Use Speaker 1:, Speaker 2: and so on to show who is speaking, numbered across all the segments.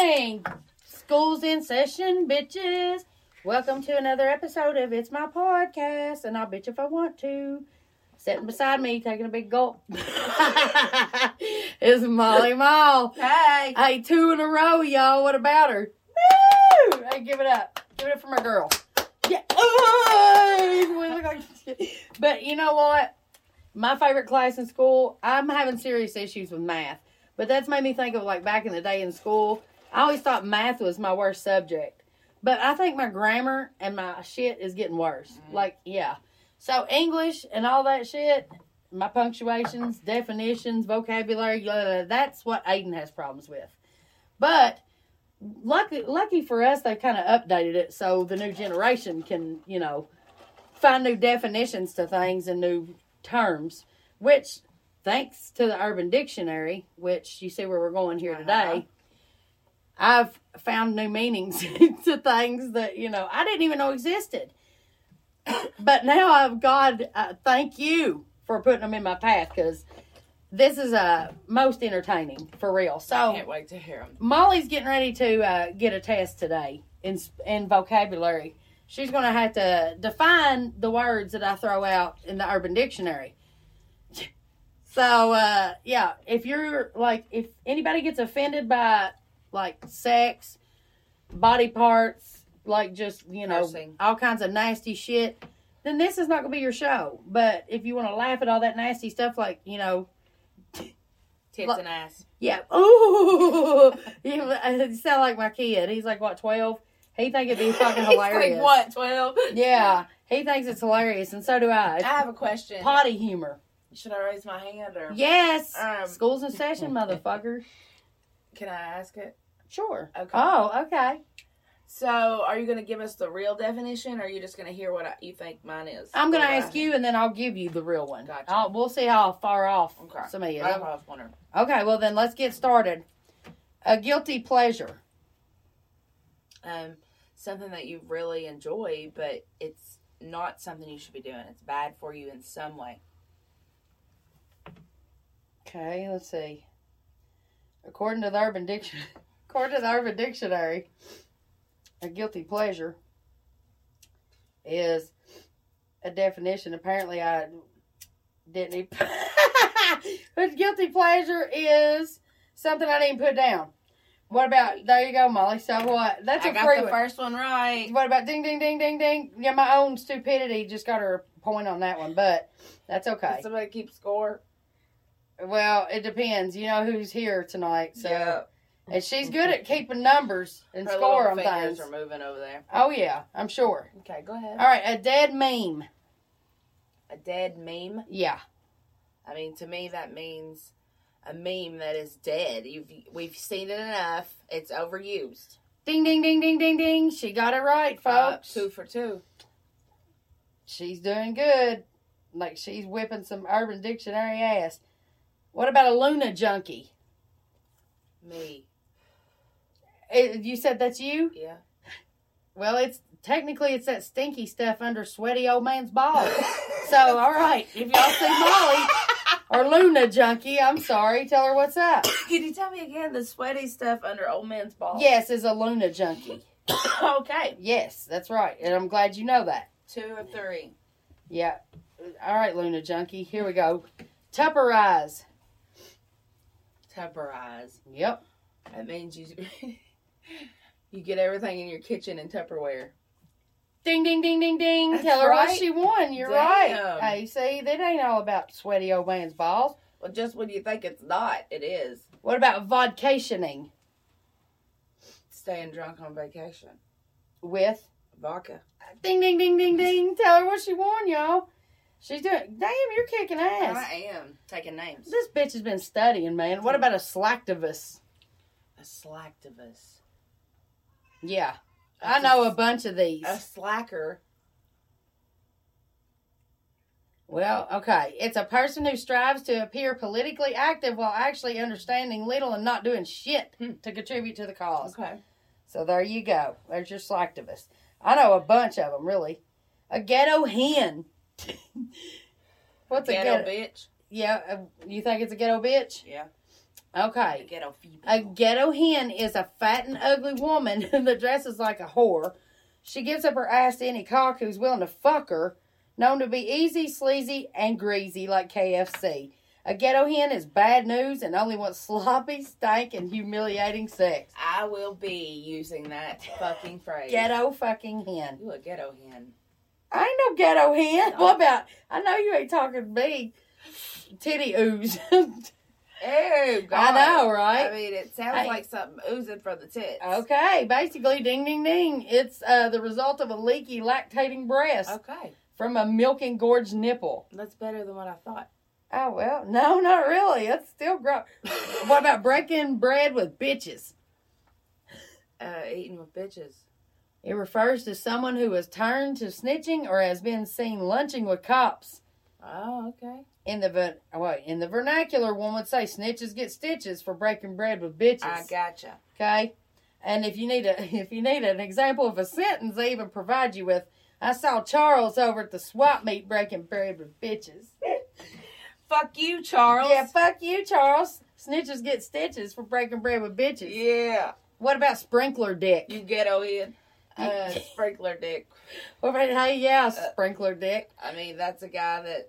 Speaker 1: morning. School's in session, bitches. Welcome to another episode of It's My Podcast, and I'll bitch if I want to. Sitting beside me, taking a big gulp, is Molly Mall.
Speaker 2: Hey.
Speaker 1: Hey, two in a row, y'all. What about her? Woo! Hey, give it up. Give it up for my girl. Yeah. Ooh, we look like shit. but you know what? My favorite class in school, I'm having serious issues with math. But that's made me think of like back in the day in school. I always thought math was my worst subject. But I think my grammar and my shit is getting worse. Like, yeah. So English and all that shit, my punctuations, definitions, vocabulary, blah, blah, blah, that's what Aiden has problems with. But lucky, lucky for us, they've kind of updated it so the new generation can, you know, find new definitions to things and new terms, which thanks to the Urban Dictionary, which you see where we're going here today, I've found new meanings to things that, you know, I didn't even know existed. but now I've God, uh, thank you for putting them in my path because this is uh, most entertaining for real. So
Speaker 2: I can't wait to hear them.
Speaker 1: Molly's getting ready to uh, get a test today in in vocabulary. She's going to have to define the words that I throw out in the Urban Dictionary. So uh, yeah, if you're like, if anybody gets offended by like sex, body parts, like just you know
Speaker 2: Cursing.
Speaker 1: all kinds of nasty shit, then this is not going to be your show. But if you want to laugh at all that nasty stuff, like you know
Speaker 2: Tits
Speaker 1: Look.
Speaker 2: and ass.
Speaker 1: yeah. Ooh. you you sound like my kid. He's like what twelve. He think it'd be fucking
Speaker 2: He's
Speaker 1: hilarious.
Speaker 2: Like, what, 12?
Speaker 1: Yeah. He thinks it's hilarious, and so do I.
Speaker 2: I
Speaker 1: It's
Speaker 2: have a question.
Speaker 1: potty humor.
Speaker 2: Should I raise my hand or
Speaker 1: Yes.
Speaker 2: Um,
Speaker 1: School's in session, motherfucker.
Speaker 2: can I ask it?
Speaker 1: Sure.
Speaker 2: Okay.
Speaker 1: Oh, okay.
Speaker 2: So, are you going to give us the real definition or are you just going to hear what I, you think mine is?
Speaker 1: I'm gonna
Speaker 2: What I
Speaker 1: ask you, and then I'll give you the real one.
Speaker 2: Gotcha.
Speaker 1: I'll, we'll see how far off
Speaker 2: Okay.
Speaker 1: some of you.
Speaker 2: think. I'm off on her.
Speaker 1: Okay. Well, then let's get started. A guilty pleasure.
Speaker 2: Um, something that you really enjoy, but it's not something you should be doing. It's bad for you in some way.
Speaker 1: Okay. Let's see. According to the Urban Dictionary, according to the Urban Dictionary, a guilty pleasure is a definition. Apparently, I didn't. Even, but guilty pleasure is something I didn't put down. What about there? You go, Molly. So what? That's a
Speaker 2: I got
Speaker 1: free
Speaker 2: the
Speaker 1: one.
Speaker 2: first one right.
Speaker 1: What about ding, ding, ding, ding, ding? Yeah, my own stupidity just got her a point on that one, but that's okay.
Speaker 2: Can somebody keep score?
Speaker 1: Well, it depends. You know who's here tonight, so
Speaker 2: Yeah.
Speaker 1: and she's good at keeping numbers and
Speaker 2: Her
Speaker 1: score on
Speaker 2: little fingers
Speaker 1: things.
Speaker 2: are moving over there.
Speaker 1: Oh yeah, I'm sure.
Speaker 2: Okay, go ahead.
Speaker 1: All right, a dead meme.
Speaker 2: A dead meme.
Speaker 1: Yeah,
Speaker 2: I mean, to me, that means a meme that is dead. You've we've seen it enough. It's overused.
Speaker 1: ding, ding, ding, ding, ding, ding. She got it right,
Speaker 2: Uh,
Speaker 1: folks.
Speaker 2: two for two.
Speaker 1: she's doing good. Like she's whipping some Urban Dictionary ass. What about a Luna junkie?
Speaker 2: Me,
Speaker 1: Eh, you said that's you.
Speaker 2: yeah.
Speaker 1: Well, it's technically it's that stinky stuff under sweaty old man's balls. so, all right, if y'all see Molly or Luna junkie, I'm sorry, tell her what's up.
Speaker 2: Can you tell me again the sweaty stuff under old man's balls?
Speaker 1: Yes, is a Luna junkie.
Speaker 2: okay.
Speaker 1: Yes, that's right, and I'm glad you know that.
Speaker 2: Two of three.
Speaker 1: Yeah, all right, Luna junkie. Here we go. Tupper eyes.
Speaker 2: Tupperize.
Speaker 1: Yep.
Speaker 2: That means you you get everything in your kitchen in Tupperware.
Speaker 1: Ding ding ding ding ding.
Speaker 2: That's
Speaker 1: tell her what
Speaker 2: right.
Speaker 1: she won. You're
Speaker 2: Damn.
Speaker 1: right. Hey, see, that ain't all about sweaty old man's balls.
Speaker 2: Well, just when you think it's not, it is.
Speaker 1: What about vodcationing
Speaker 2: Staying drunk on vacation.
Speaker 1: with?
Speaker 2: Vodka.
Speaker 1: Ding ding ding ding ding. Tell her what she won, y'all. She's doing damn, you're kicking ass.
Speaker 2: I am taking names.
Speaker 1: This bitch has been studying, man. What about a slacktivist?
Speaker 2: A slacktivist.
Speaker 1: Yeah. I know a bunch of these.
Speaker 2: a slacker.
Speaker 1: Well, okay. It's a person who strives to appear politically active while actually understanding little and not doing shit
Speaker 2: Hmm.
Speaker 1: to contribute to the cause.
Speaker 2: Okay.
Speaker 1: So there you go. There's your slacktivist. I know a bunch of them, really. A ghetto hen. What's a
Speaker 2: Ghetto
Speaker 1: ghetto?
Speaker 2: bitch.
Speaker 1: yeah, uh, you think it's a ghetto bitch?
Speaker 2: Yeah. A
Speaker 1: Okay.
Speaker 2: ghetto female.
Speaker 1: A ghetto hen is a fat and ugly woman that dresses like a whore. She gives up her ass to any cock who's willing to fuck her, known to be easy, sleazy, and greasy like KFC. A ghetto hen is bad news and only wants sloppy, stank, and humiliating sex.
Speaker 2: I will be using that fucking phrase.
Speaker 1: Ghetto fucking hen.
Speaker 2: You a ghetto hen.
Speaker 1: I ain't no ghetto hen. What about? I know you ain't talking to me. Titty ooze.
Speaker 2: Oh,
Speaker 1: I
Speaker 2: God.
Speaker 1: know, right?
Speaker 2: I mean, it sounds
Speaker 1: Hey.
Speaker 2: like something oozing from the tits.
Speaker 1: Okay, basically, ding ding ding. It's uh, the result of a leaky, lactating breast
Speaker 2: Okay.
Speaker 1: from a milk engorged nipple.
Speaker 2: That's better than what I thought.
Speaker 1: Oh, well, no, not really. That's still gross. what about breaking bread with bitches?
Speaker 2: Uh, eating with bitches.
Speaker 1: It refers to someone who has turned to snitching or has been seen lunching with cops.
Speaker 2: Oh, okay.
Speaker 1: In the ver- well, in the vernacular, one would say snitches get stitches for breaking bread with bitches.
Speaker 2: I gotcha.
Speaker 1: Okay. And if you need a if you need an example of a sentence, they even provide you with I saw Charles over at the swap meet breaking bread with bitches.
Speaker 2: Fuck you, Charles.
Speaker 1: Yeah, fuck you, Charles. Snitches get stitches for breaking bread with bitches.
Speaker 2: Yeah.
Speaker 1: What about sprinkler dick?
Speaker 2: You ghetto hen. Uh, sprinkler dick.
Speaker 1: What about hey yeah,
Speaker 2: Uh,
Speaker 1: sprinkler dick?
Speaker 2: I mean, that's a guy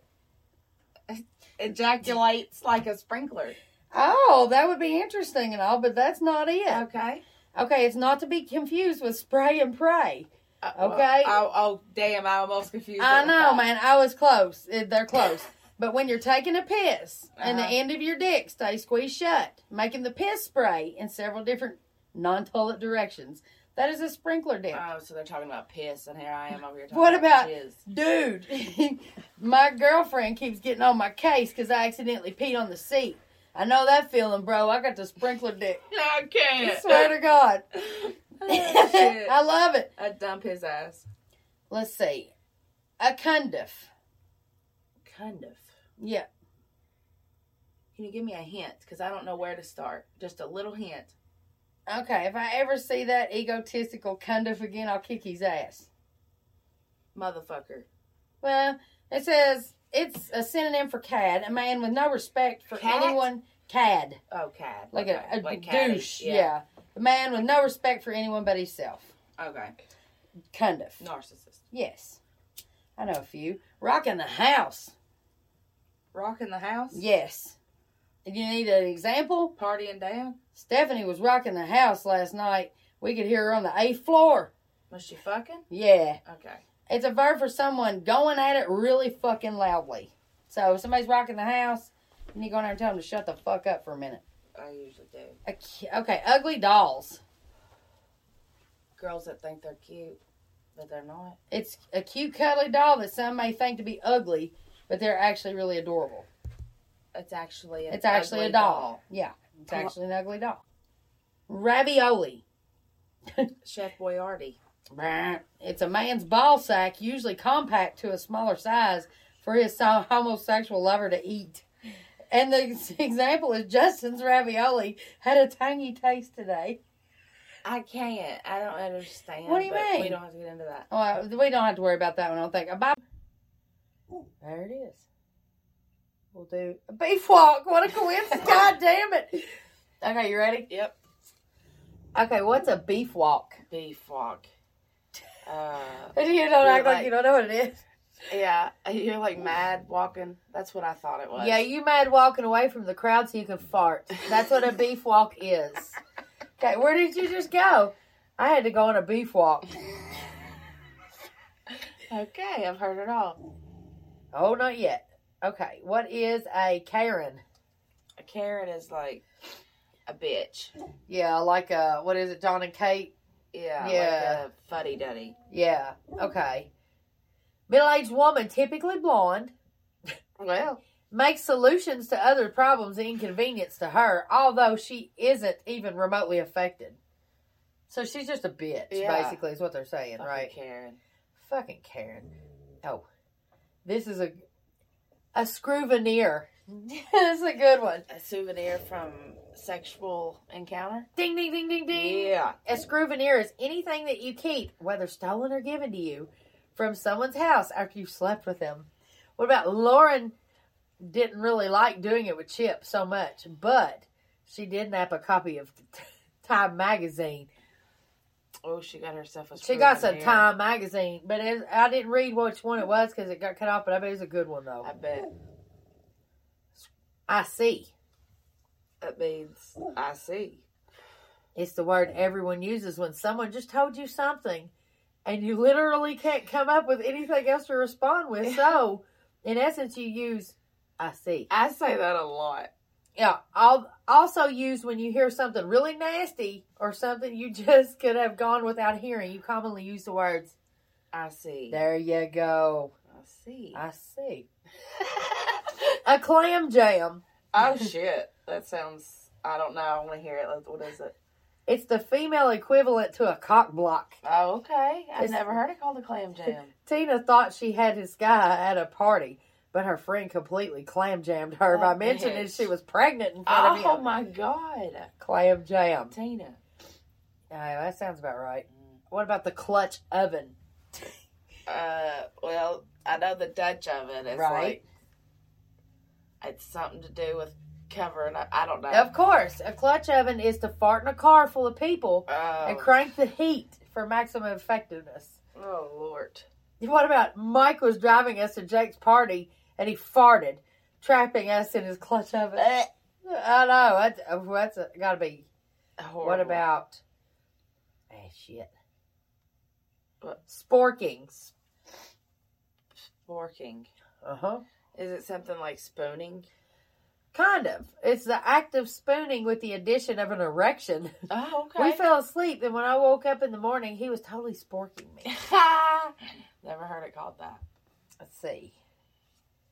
Speaker 2: that ejaculates like a sprinkler.
Speaker 1: Oh, that would be interesting and all, but that's not it.
Speaker 2: Okay.
Speaker 1: Okay, it's not to be confused with spray and pray.
Speaker 2: Uh,
Speaker 1: Okay.
Speaker 2: well, oh, oh, damn! I almost confused.
Speaker 1: I
Speaker 2: it with
Speaker 1: know,
Speaker 2: that.
Speaker 1: man. I was close. Eh, They're close. But when you're taking a piss and the
Speaker 2: Uh-huh.
Speaker 1: end of your dick stays squeezed shut, making the piss spray in several different non toilet directions, that is a sprinkler dick.
Speaker 2: Oh, so they're talking about piss, and here I am over here talking
Speaker 1: What
Speaker 2: about,
Speaker 1: about-
Speaker 2: jizz.
Speaker 1: Dude, my girlfriend keeps getting on my case because I accidentally peed on the seat. I know that feeling, bro. I got the sprinkler dick.
Speaker 2: I
Speaker 1: I
Speaker 2: can't.
Speaker 1: swear to God.
Speaker 2: oh, shit.
Speaker 1: I love it.
Speaker 2: I dump his ass.
Speaker 1: Let's see. A cundiff.
Speaker 2: Kind of.
Speaker 1: Yeah.
Speaker 2: Can you give me a hint? Because I don't know where to start. Just a little hint.
Speaker 1: Okay, if I ever see that egotistical cundiff again, I'll kick his ass.
Speaker 2: Motherfucker.
Speaker 1: Well, it says it's a synonym for cad, a man with no respect for
Speaker 2: Cat?
Speaker 1: anyone. Cad,
Speaker 2: Oh, cad.
Speaker 1: like
Speaker 2: Okay.
Speaker 1: a, a
Speaker 2: catty.
Speaker 1: douche. Yeah. a man with no respect for anyone but himself.
Speaker 2: Okay.
Speaker 1: Kind of.
Speaker 2: Narcissist.
Speaker 1: Yes, I know a few. Rocking the house.
Speaker 2: Rocking the house.
Speaker 1: Yes. If You need an example?
Speaker 2: Partying down.
Speaker 1: Stephanie was rocking the house last night. We could hear her on the eighth floor.
Speaker 2: Was she fucking?
Speaker 1: Yeah.
Speaker 2: Okay.
Speaker 1: It's a verb for someone going at it really fucking loudly. So if somebody's rocking the house, you need to go in there and tell them to shut the fuck up for a minute.
Speaker 2: I usually do.
Speaker 1: A cu- Okay, ugly dolls.
Speaker 2: Girls that think they're cute, but they're not.
Speaker 1: It's a cute, cuddly doll that some may think to be ugly, but they're actually really adorable.
Speaker 2: It's actually an
Speaker 1: It's actually
Speaker 2: ugly
Speaker 1: a doll. Yeah, it's actually an ugly doll. Ravioli.
Speaker 2: Chef Boyardee.
Speaker 1: Brr. It's a man's ball sack, usually compact to a smaller size, for his so- homosexual lover to eat. And the ex- example is Justin's ravioli had a tangy taste today.
Speaker 2: I can't. I don't understand.
Speaker 1: What do you
Speaker 2: but
Speaker 1: mean?
Speaker 2: We don't have to get into that.
Speaker 1: Well, we don't have to worry about that one. I don't think. A bi- Ooh, there it is. We'll do a beef walk. What a coincidence! God damn it. Okay, you ready?
Speaker 2: Yep.
Speaker 1: Okay, what's a beef walk?
Speaker 2: Beef walk. Uh,
Speaker 1: You don't act like,
Speaker 2: like-
Speaker 1: you don't know what it is.
Speaker 2: yeah, you're like mad walking. That's what I thought it was.
Speaker 1: Yeah, you mad walking away from the crowd so you can fart. That's what a beef walk is. Okay, where did you just go? I had to go on a beef walk.
Speaker 2: Okay, I've heard it all.
Speaker 1: Oh, not yet. Okay, what is a Karen?
Speaker 2: A Karen is like a bitch.
Speaker 1: Yeah, like a what is it, John and Kate?
Speaker 2: Yeah.
Speaker 1: Yeah.
Speaker 2: Like a fuddy duddy.
Speaker 1: Yeah. Okay. Middle-aged woman, typically blonde,
Speaker 2: Well,
Speaker 1: makes solutions to other problems an inconvenience to her, although she isn't even remotely affected. So she's just a bitch,
Speaker 2: Yeah.
Speaker 1: basically, is what they're saying,
Speaker 2: fucking
Speaker 1: right?
Speaker 2: Karen.
Speaker 1: Fucking Karen. Oh, this is a a scruvenier. That's a good one.
Speaker 2: A souvenir from sexual encounter.
Speaker 1: Ding, ding, ding, ding, ding.
Speaker 2: Yeah.
Speaker 1: A scruvenier is anything that you keep, whether stolen or given to you, from someone's house after you've slept with them. What about Lauren didn't really like doing it with Chip so much, but She did nap a copy of Time magazine.
Speaker 2: Oh, she got herself a.
Speaker 1: She
Speaker 2: screw
Speaker 1: got
Speaker 2: in
Speaker 1: some
Speaker 2: there.
Speaker 1: Time magazine, but it, I didn't read which one it was because it got cut off. But I bet it was a good one though.
Speaker 2: I bet
Speaker 1: I see.
Speaker 2: that means I see.
Speaker 1: It's the word everyone uses when someone just told you something and you literally can't come up with anything else to respond with. So, in essence, you use I see.
Speaker 2: I say that a lot.
Speaker 1: Yeah, I'll also use when you hear something really nasty or something you just could have gone without hearing. You commonly use the words,
Speaker 2: I see.
Speaker 1: there you go.
Speaker 2: I see.
Speaker 1: I see. A clam jam.
Speaker 2: oh shit! That sounds. I don't know. I want to hear it. Like, What is it?
Speaker 1: It's the female equivalent to a cock block.
Speaker 2: Oh, okay. I've
Speaker 1: It's-
Speaker 2: never heard it called a clam jam.
Speaker 1: Tina thought she had his guy at a party, but her friend completely clam jammed her by
Speaker 2: Oh,
Speaker 1: mentioning
Speaker 2: bitch.
Speaker 1: she was pregnant in front
Speaker 2: oh
Speaker 1: of him.
Speaker 2: my god,
Speaker 1: Clam jam.
Speaker 2: Tina.
Speaker 1: Oh, that sounds about right.
Speaker 2: Mm.
Speaker 1: What about the clutch oven?
Speaker 2: Uh, well, I know the Dutch oven is
Speaker 1: Right.
Speaker 2: like it's something to do with covering up. I don't know.
Speaker 1: Of course, a clutch oven is to fart in a car full of people
Speaker 2: Oh,
Speaker 1: and crank the heat for maximum effectiveness.
Speaker 2: oh lord.
Speaker 1: What about Mike was driving us to Jake's party and he farted, trapping us in his clutch oven? I know. That's, oh, that's got to be
Speaker 2: Horrible.
Speaker 1: What about? Ah, shit.
Speaker 2: What?
Speaker 1: Sporkings.
Speaker 2: forking?
Speaker 1: Uh huh.
Speaker 2: Is it something like spooning?
Speaker 1: Kind of. It's the act of spooning with the addition of an erection.
Speaker 2: Oh,
Speaker 1: We fell asleep, and when I woke up in the morning, he was totally sporking me.
Speaker 2: Never heard it called that.
Speaker 1: Let's see.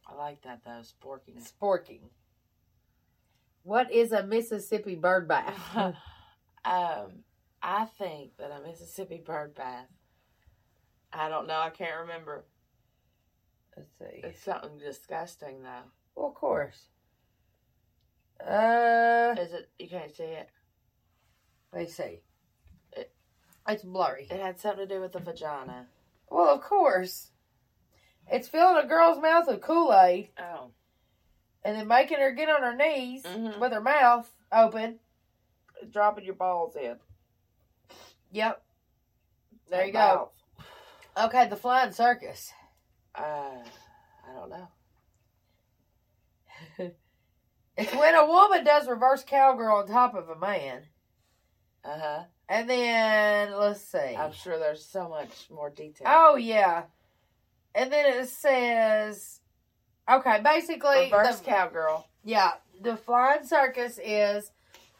Speaker 2: I like that though. Sporking.
Speaker 1: Sporking. What is a Mississippi bird bath? Hmm.
Speaker 2: um, I think that a Mississippi bird bath. I don't know. I can't remember.
Speaker 1: Let's see.
Speaker 2: It's something disgusting though.
Speaker 1: Well, of course. Uh,
Speaker 2: Is it? You can't see it.
Speaker 1: let's see.
Speaker 2: It-
Speaker 1: It's blurry.
Speaker 2: It had something to do with the vagina.
Speaker 1: Well, of course. It's filling a girl's mouth with Kool Aid
Speaker 2: Oh.
Speaker 1: and then making her get on her knees
Speaker 2: Mhm.
Speaker 1: with her mouth open.
Speaker 2: Dropping your balls in.
Speaker 1: Yep. There you go.
Speaker 2: Mouth.
Speaker 1: Okay, the flying circus.
Speaker 2: Uh, I don't know.
Speaker 1: It's when a woman does reverse cowgirl on top of a man.
Speaker 2: Uh huh.
Speaker 1: And then, let's see.
Speaker 2: I'm sure there's so much more detail.
Speaker 1: Oh, yeah. And then it says, okay, basically.
Speaker 2: reverse
Speaker 1: the-
Speaker 2: cowgirl.
Speaker 1: Yeah, the flying circus is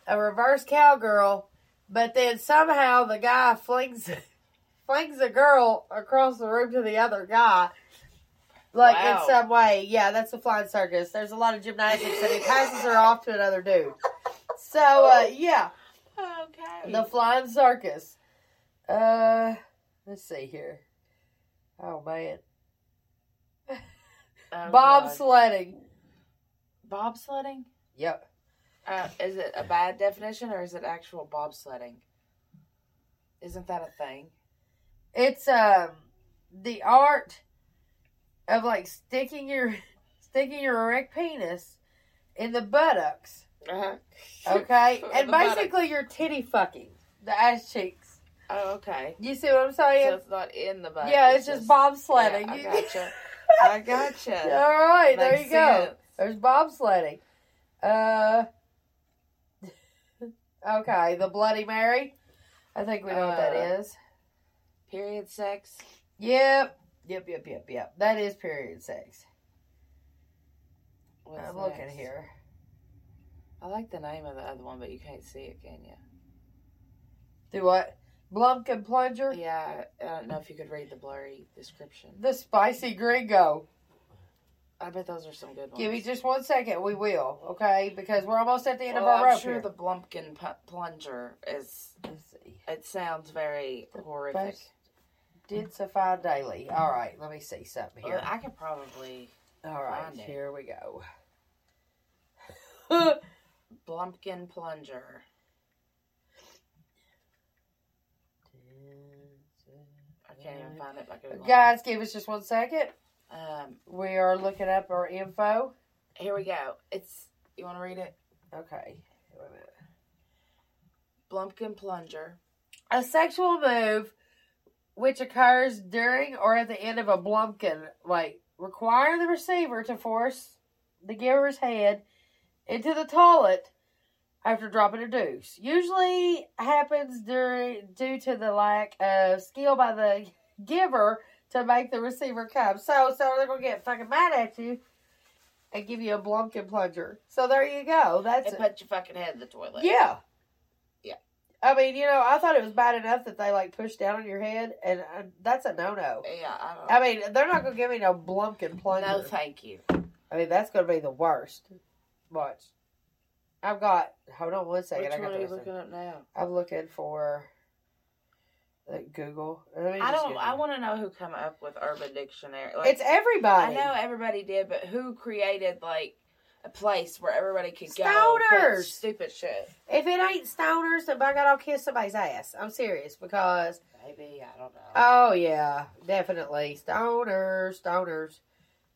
Speaker 1: a reverse cowgirl, but then somehow the guy flings flings the girl across the room to the other guy. Like
Speaker 2: Wow.
Speaker 1: in some way. Yeah, that's the flying circus. There's a lot of gymnastics and he passes her off to another dude. So uh, yeah.
Speaker 2: Okay.
Speaker 1: The flying circus. Uh let's see here. Oh man.
Speaker 2: Oh, God.
Speaker 1: Bobsledding.
Speaker 2: bobsledding.
Speaker 1: Yep.
Speaker 2: Uh, is it a bad definition or is it actual bobsledding? Isn't that a thing?
Speaker 1: it's um the art of like sticking your sticking your erect penis in the buttocks
Speaker 2: Uh-huh.
Speaker 1: okay
Speaker 2: In
Speaker 1: and
Speaker 2: the buttocks.
Speaker 1: basically you're titty fucking the ass cheeks
Speaker 2: Oh, okay.
Speaker 1: you see what i'm
Speaker 2: So
Speaker 1: saying
Speaker 2: it's not in the butt.
Speaker 1: yeah it's, just bobsledding
Speaker 2: Yeah, I
Speaker 1: You-
Speaker 2: gotcha. I gotcha.
Speaker 1: all right there
Speaker 2: Makes
Speaker 1: you go
Speaker 2: sense.
Speaker 1: there's bobsledding uh okay the bloody mary i think we know what
Speaker 2: Uh,
Speaker 1: that is
Speaker 2: Period sex.
Speaker 1: yep yep yep yep yep that is period sex
Speaker 2: What's
Speaker 1: i'm looking
Speaker 2: next?
Speaker 1: here
Speaker 2: I like the name of the other one, but you can't see it, can you?
Speaker 1: Do what? Blumpkin plunger.
Speaker 2: Yeah, I don't know if you could read the blurry description.
Speaker 1: The spicy gringo.
Speaker 2: I bet those are some good ones.
Speaker 1: Give me just one second. We will, okay? Because we're almost at the end
Speaker 2: well,
Speaker 1: of our
Speaker 2: Oh, I'm
Speaker 1: rope
Speaker 2: sure
Speaker 1: here.
Speaker 2: the Blumpkin pu- plunger is.
Speaker 1: Let's see.
Speaker 2: It sounds very horrific.
Speaker 1: Best Densified daily. All right, let me see something
Speaker 2: Here,
Speaker 1: here.
Speaker 2: I could probably
Speaker 1: All right,
Speaker 2: Oh, find it.
Speaker 1: here we go.
Speaker 2: Blumpkin plunger. I can't even find it. but I could look.
Speaker 1: Guys, give us just one second.
Speaker 2: Um,
Speaker 1: We are looking up our info.
Speaker 2: here we go. It's. You want to read it?
Speaker 1: Okay. Wait a minute.
Speaker 2: Blumpkin plunger.
Speaker 1: A sexual move which occurs during or at the end of a blumpkin, like require the receiver to force the giver's head into the toilet after dropping a deuce. Usually happens during due to the lack of skill by the giver to make the receiver come. So, so they're gonna get fucking mad at you and give you a blumpkin plunger. So there you go. That's
Speaker 2: And
Speaker 1: it.
Speaker 2: put your fucking head in the toilet.
Speaker 1: Yeah.
Speaker 2: Yeah.
Speaker 1: I mean, you know, I thought it was bad enough that they like pushed down on your head, and uh that's a no no.
Speaker 2: Yeah, I don't
Speaker 1: I mean, they're not gonna give me no blumpkin plunger.
Speaker 2: No, thank you.
Speaker 1: I mean, that's gonna be the worst. Watch. I've got. Hold on one second.
Speaker 2: Which
Speaker 1: I
Speaker 2: one
Speaker 1: got
Speaker 2: are you
Speaker 1: this.
Speaker 2: looking up now?
Speaker 1: I'm looking for like, Google. Let me
Speaker 2: I
Speaker 1: just
Speaker 2: don't.
Speaker 1: Google.
Speaker 2: I want to know who come up with Urban Dictionary. Like,
Speaker 1: It's everybody.
Speaker 2: I know everybody did, but who created like a place where everybody could go? and
Speaker 1: Stoners!
Speaker 2: put Stupid shit.
Speaker 1: If it ain't stoners, then by God, I'll kiss somebody's ass. I'm serious because
Speaker 2: Maybe I don't know.
Speaker 1: Oh yeah, definitely stoners, stoners.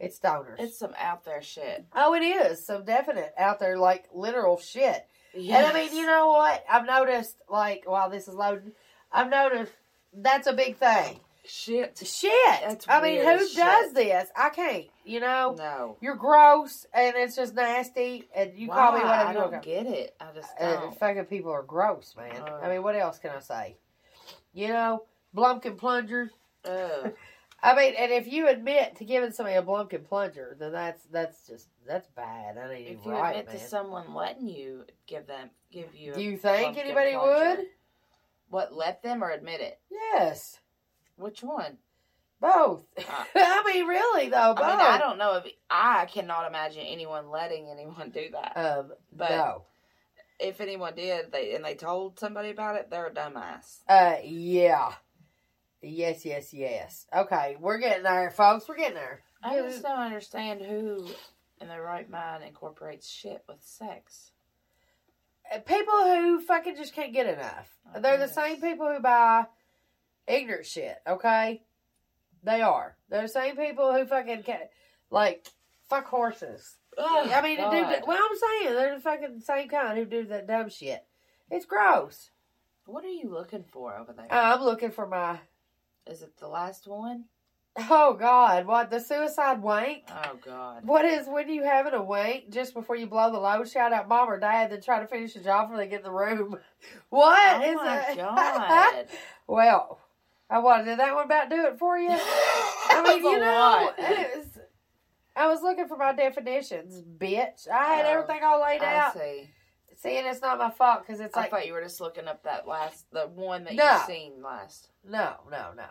Speaker 1: It's stoners.
Speaker 2: it's some out there shit.
Speaker 1: oh, it is some definite out there, like literal shit. And I mean, you
Speaker 2: Yes.
Speaker 1: know what? I've noticed, like, while this is loading, I've noticed that's a big thing.
Speaker 2: shit.
Speaker 1: Shit.
Speaker 2: That's
Speaker 1: I mean,
Speaker 2: weird
Speaker 1: who
Speaker 2: as shit.
Speaker 1: does this? I can't. You know,
Speaker 2: No.
Speaker 1: you're gross, and it's just nasty, and you
Speaker 2: Why?
Speaker 1: call me whatever
Speaker 2: I
Speaker 1: you
Speaker 2: don't
Speaker 1: want.
Speaker 2: get it. I just
Speaker 1: Uh,
Speaker 2: don't.
Speaker 1: fucking people are gross, man.
Speaker 2: Oh.
Speaker 1: I mean, what else can I say? You know, Blumpkin plungers.
Speaker 2: Ugh.
Speaker 1: I mean, and if you admit to giving somebody a blumpkin plunger, then that's that's just that's bad. That ain't
Speaker 2: if
Speaker 1: even
Speaker 2: you
Speaker 1: right,
Speaker 2: admit
Speaker 1: man.
Speaker 2: to someone letting you give them, give you. a
Speaker 1: Do you think
Speaker 2: pumpkin
Speaker 1: anybody
Speaker 2: plunger.
Speaker 1: would?
Speaker 2: What? Let them or admit it?
Speaker 1: Yes,
Speaker 2: Which one?
Speaker 1: both.
Speaker 2: Uh,
Speaker 1: I mean, really though, both.
Speaker 2: I mean, I don't know if I cannot imagine anyone letting anyone do that.
Speaker 1: Um,
Speaker 2: But-
Speaker 1: no.
Speaker 2: if anyone did, they and they told somebody about it, they're a dumbass.
Speaker 1: Uh, yeah. Yes, yes, yes. Okay, we're getting there, folks. We're getting there.
Speaker 2: I just don't understand who in their right mind incorporates shit with sex.
Speaker 1: Uh, People who fucking just can't get enough.
Speaker 2: I
Speaker 1: They're the
Speaker 2: guess.
Speaker 1: same people who buy ignorant shit, okay? They are. They're the same people who fucking can't, like, fuck horses. I mean,
Speaker 2: Oh God.
Speaker 1: do the- well, I'm saying they're the fucking same kind who do that dumb shit. It's gross.
Speaker 2: what are you looking for over there? Is
Speaker 1: Oh, I'm looking for my.
Speaker 2: it the last one?
Speaker 1: Oh God! What the suicide wank?
Speaker 2: Oh God!
Speaker 1: What is when you having a wank just before you blow the load? Shout out mom or dad, then try to finish the job before they get in the room. What
Speaker 2: oh
Speaker 1: is
Speaker 2: my
Speaker 1: it?
Speaker 2: God!
Speaker 1: well, I wanted did that one about do it for you. I mean, you know, it was, I was looking for my definitions, bitch. I had
Speaker 2: Oh,
Speaker 1: everything all laid
Speaker 2: I
Speaker 1: out.
Speaker 2: see.
Speaker 1: Seeing it's not my fault because it's
Speaker 2: I
Speaker 1: like
Speaker 2: thought you were just looking up that last, the one that
Speaker 1: No.
Speaker 2: you seen last.
Speaker 1: No, no, no.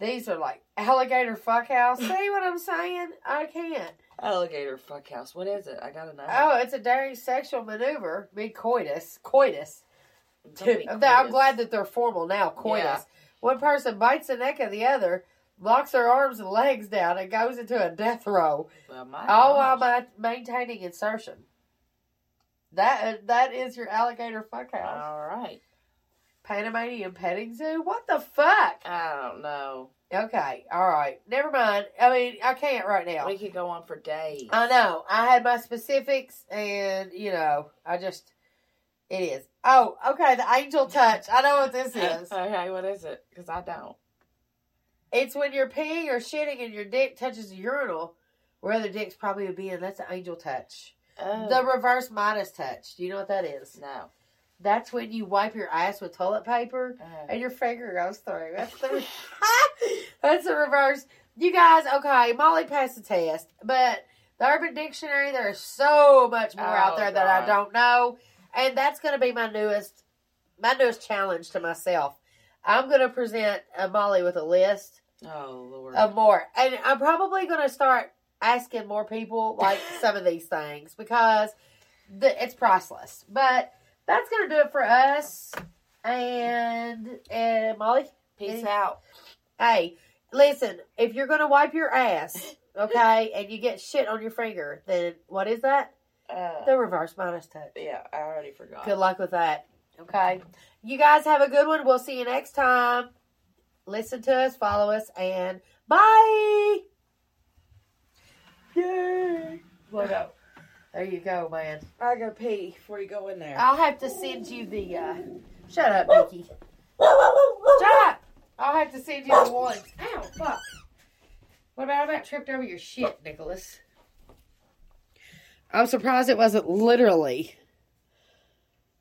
Speaker 1: These are like alligator fuckhouse. See what I'm saying? I can't.
Speaker 2: Alligator fuckhouse. What is it? I gotta know.
Speaker 1: Oh, it's a daring sexual maneuver. Be coitus. Coitus.
Speaker 2: Don't be
Speaker 1: I'm
Speaker 2: clueless.
Speaker 1: glad that they're formal now. Coitus.
Speaker 2: Yeah.
Speaker 1: One person bites the neck of the other, locks their arms and legs down, and goes into a death row,
Speaker 2: Well, my
Speaker 1: all
Speaker 2: gosh.
Speaker 1: while ma- maintaining insertion. That uh, that is your alligator fuckhouse.
Speaker 2: All right.
Speaker 1: Panamanian petting zoo. What the fuck?
Speaker 2: I don't know.
Speaker 1: Okay, all right. Never mind. I mean, I can't right now.
Speaker 2: We could go on for days.
Speaker 1: I know. I had my specifics, and you know, I just it is. Oh, okay. The angel touch. I know what this is.
Speaker 2: okay, what is it? Because I don't.
Speaker 1: It's when you're peeing or shitting and your dick touches the urinal where other dicks probably would be in. That's the angel touch.
Speaker 2: Oh,
Speaker 1: The reverse minus touch. Do you know what that is?
Speaker 2: no.
Speaker 1: That's when you wipe your ass with toilet paper
Speaker 2: Oh.
Speaker 1: and your finger goes through. That's the That's the reverse. You guys, okay, Molly passed the test, but the Urban Dictionary, there's so much more
Speaker 2: Oh,
Speaker 1: out there that I
Speaker 2: God.
Speaker 1: don't know, and that's going to be my newest, my newest challenge to myself. I'm going to present uh, Molly with a list
Speaker 2: oh Lord.
Speaker 1: of more, and I'm probably going to start asking more people like some of these things because the, it's priceless. But that's going to do it for us. And and Molly,
Speaker 2: Peace
Speaker 1: eh.
Speaker 2: out.
Speaker 1: Hey, listen, if you're gonna wipe your ass, okay, and you get shit on your finger, then what is that?
Speaker 2: Uh,
Speaker 1: The reverse minus touch.
Speaker 2: yeah, I already forgot.
Speaker 1: Good luck with that. Okay. You guys have a good one. We'll see you next time. Listen to us, follow us, and bye. Yay. What up? There you go, man.
Speaker 2: I gotta pee before you go in there.
Speaker 1: I'll have to send you the uh, Shut up, Nikki. Shut up. I'll have to send you the ones. Ow, fuck. What about I about tripped over your shit, Nicholas? I'm surprised it wasn't literally